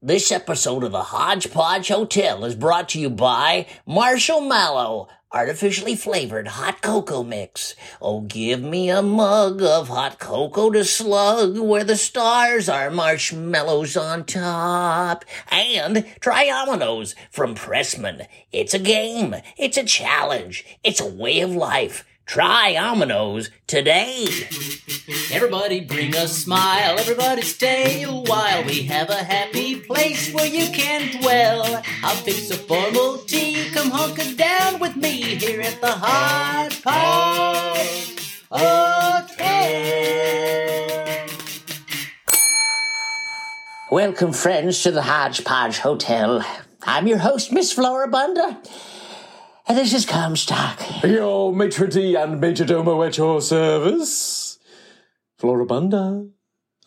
This episode of the Hodgepodge Hotel is brought to you by Marshall Mallow Artificially Flavored Hot Cocoa Mix. Oh, give me a mug of hot cocoa to slug where the stars are marshmallows on top. And try Domino's from Pressman. It's a game. It's a challenge. It's a way of life. Try Domino's today. Everybody bring a smile, everybody stay a while. We have a happy place where you can dwell. I'll fix a formal tea, come hunker down with me here at the Hot Pot Hotel. Welcome, friends, to the Hodgepodge Hotel. I'm your host, Miss Floribunda, and this is Comstock. Your maitre d' and majordomo at your service. Floribunda,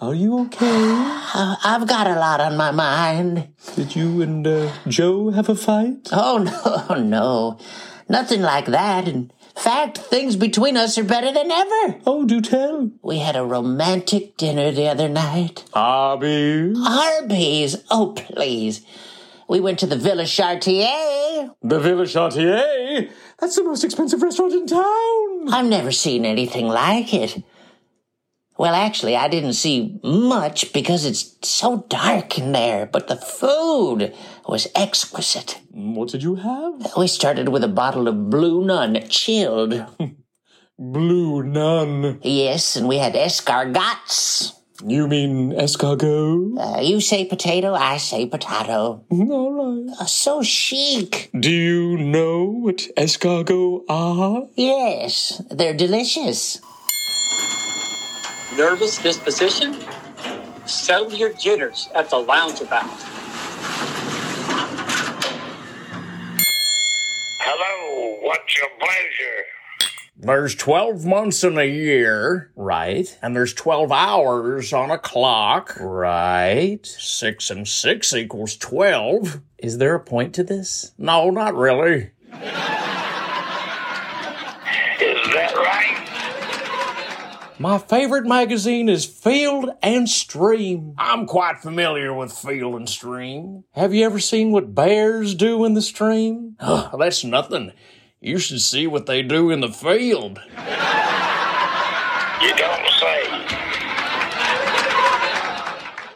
are you okay? Uh, I've got a lot on my mind. Did you and uh, Joe have a fight? Oh, no, no. Nothing like that. In fact, things between us are better than ever. Oh, do tell. We had a romantic dinner the other night. Arby. Arby's, oh, please. We went to the Villa Chartier. The Villa Chartier? That's the most expensive restaurant in town. I've never seen anything like it. Well, actually, I didn't see much because it's so dark in there, but the food was exquisite. What did you have? We started with a bottle of Blue Nun, chilled. Blue nun. Yes, and we had escargots. You mean escargot? Uh, you say potato, I say potato. All right. Uh, so chic. Do you know what escargot are? Yes, they're delicious. nervous disposition, settle your jitters at the loungeabout. Hello, what's your pleasure? There's 12 months in a year, Right. and there's 12 hours on a clock. Right. 6 and 6 equals 12. Is there a point to this? No, not really. Is that right? My favorite magazine is Field and Stream. I'm quite familiar with field and stream. Have you ever seen what bears do in the stream? Ugh, that's nothing. You should see what they do in the field. You don't say.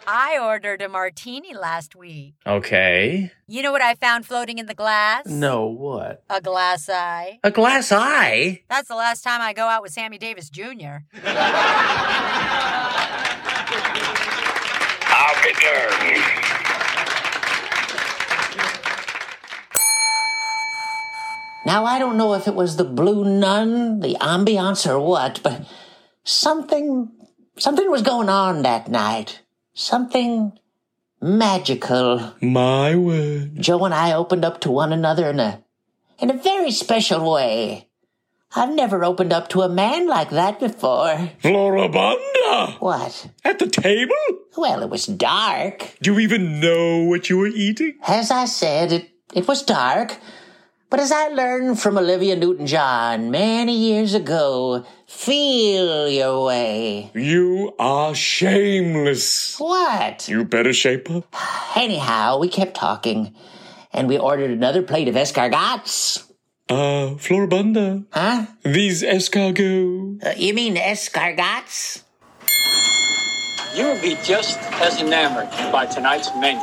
I ordered a martini last week. Okay. You know what I found floating in the glass? No, what? A glass eye. A glass eye? That's the last time I go out with Sammy Davis Jr. I'll be darned. Now, I don't know if it was the Blue Nun, the ambiance, or what, but something, something was going on that night. Something magical. My word. Joe and I opened up to one another in a in a very special way. I've never opened up to a man like that before. Floribunda! What? At the table? Well, it was dark. Do you even know what you were eating? As I said, it, it was dark. But as I learned from Olivia Newton John many years ago, feel your way. You are shameless. What? You better shape up. Anyhow, we kept talking, and we ordered another plate of escargots. Uh, Floribunda, Huh? these escargot. Uh, you mean escargots? You will be just as enamored by tonight's menu.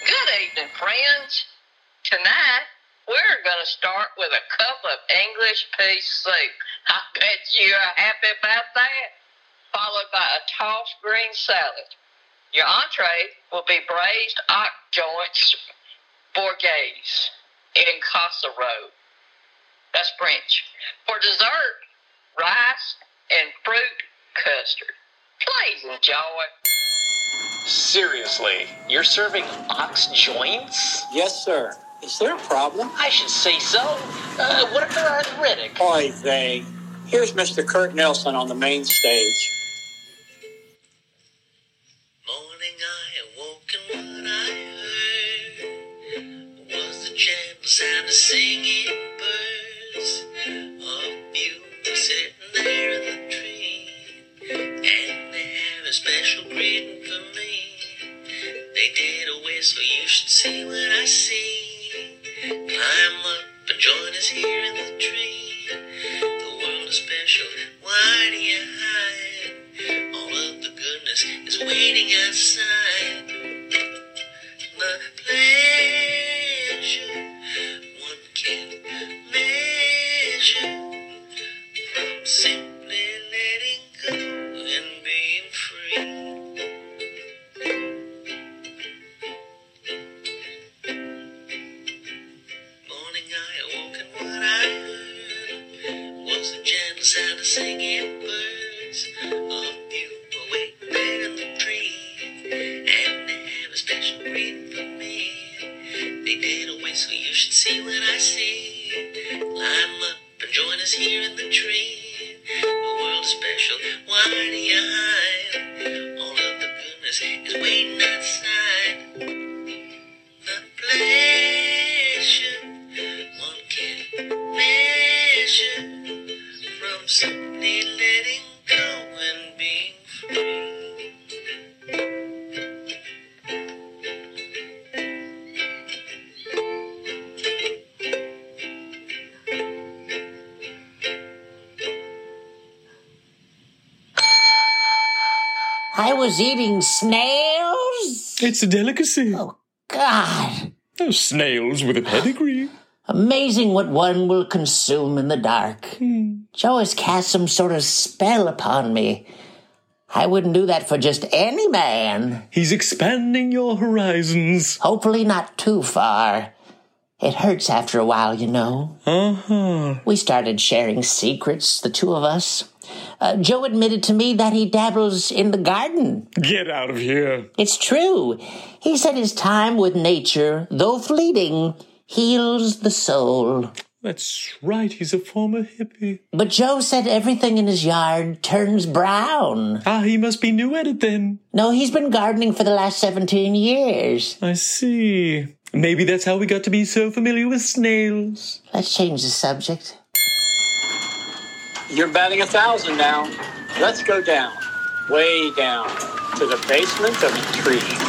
Good evening, friends. Tonight, we're going to start with a cup of English pea soup. I bet you are happy about that. Followed by a tossed green salad. Your entree will be braised ox joints bourgeois in casserole. That's French. For dessert, rice and fruit custard. Please enjoy. Seriously, you're serving ox joints? Yes, sir. Is there a problem? I should say so. Uh, what if they're arthritic? Boy, they. Here's Mr. Kurt Nelson on the main stage. Morning, I awoke and what I heard was the gentle sound of singing birds. Of you sitting there in the tree, and they have a special greeting for me. place where you should see what I see. Climb up and join us here in the tree. The world is special. Why do you hide? All of the goodness is waiting outside. The pleasure one can't measure from simply letting go and being free. Morning I awoke and what I heard was the gentle sound of singing birds. Of you awake there in the tree, and they have a special greeting for me. They did a whistle, you should see what I see. Climb up and join us here in the tree. The world is special, why do you hide? All of the goodness is waiting outside. The pleasure one can measure from simply letting go and being free. I was eating snails? It's a delicacy. Oh, God. Those snails with a pedigree. Amazing what one will consume in the dark. Joe has cast some sort of spell upon me. I wouldn't do that for just any man. He's expanding your horizons. Hopefully, not too far. It hurts after a while, you know. Uh-huh. We started sharing secrets, the two of us. Uh, Joe admitted to me that he dabbles in the garden. Get out of here. It's true. He said his time with nature, though fleeting, heals the soul. That's right, he's a former hippie. But Joe said everything in his yard turns brown. Ah, he must be new at it then. No, he's been gardening for the last 17 years. I see. Maybe that's how we got to be so familiar with snails. Let's change the subject. You're batting a thousand now. Let's go down, way down, to the basement of the tree.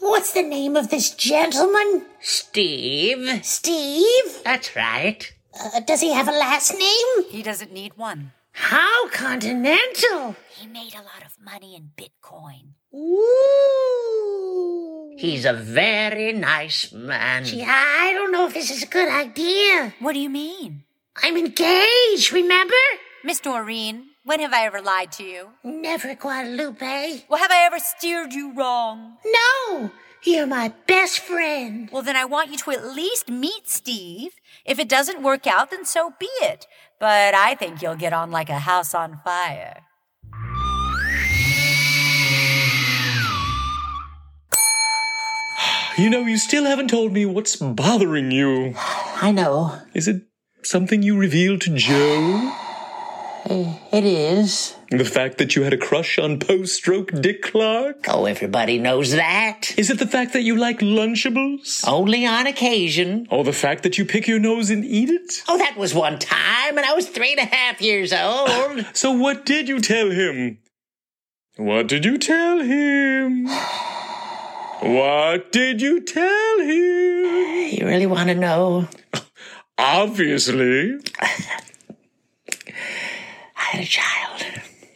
What's the name of this gentleman? Steve? Steve? That's right. Uh, does he have a last name? He doesn't need one. How continental! He made a lot of money in Bitcoin. Ooh! He's a very nice man. Gee, I don't know if this is a good idea. What do you mean? I'm engaged, remember? Miss Doreen, when have I ever lied to you? Never Guadalupe. Well, have I ever steered you wrong? No! You're my best friend. Well, then I want you to at least meet Steve. If it doesn't work out, then so be it. But I think you'll get on like a house on fire. You know, you still haven't told me what's bothering you. I know. Is it something you revealed to Joe? It is. The fact that you had a crush on post stroke Dick Clark? Oh, everybody knows that. Is it the fact that you like Lunchables? Only on occasion. Or the fact that you pick your nose and eat it? Oh, that was one time, and I was three and a half years old. So what did you tell him? What did you tell him? What did you tell him? you really want to know? Obviously. I had a child.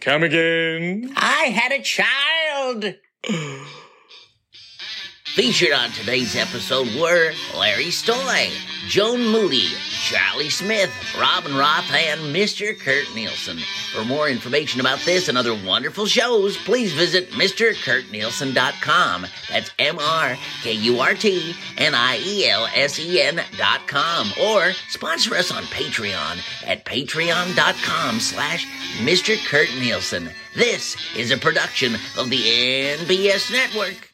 Come again. I had a child! Featured on today's episode were Larry Stoy, Joan Moody, Charlie Smith, Robin Roth, and Mr. Kurt Nielsen. For more information about this and other wonderful shows, please visit MrKurtNielsen.com. That's M R K U R T N I E L S E N.com. Or sponsor us on Patreon at patreon.com slash Mr. Kurt Nielsen. This is a production of the NBS Network.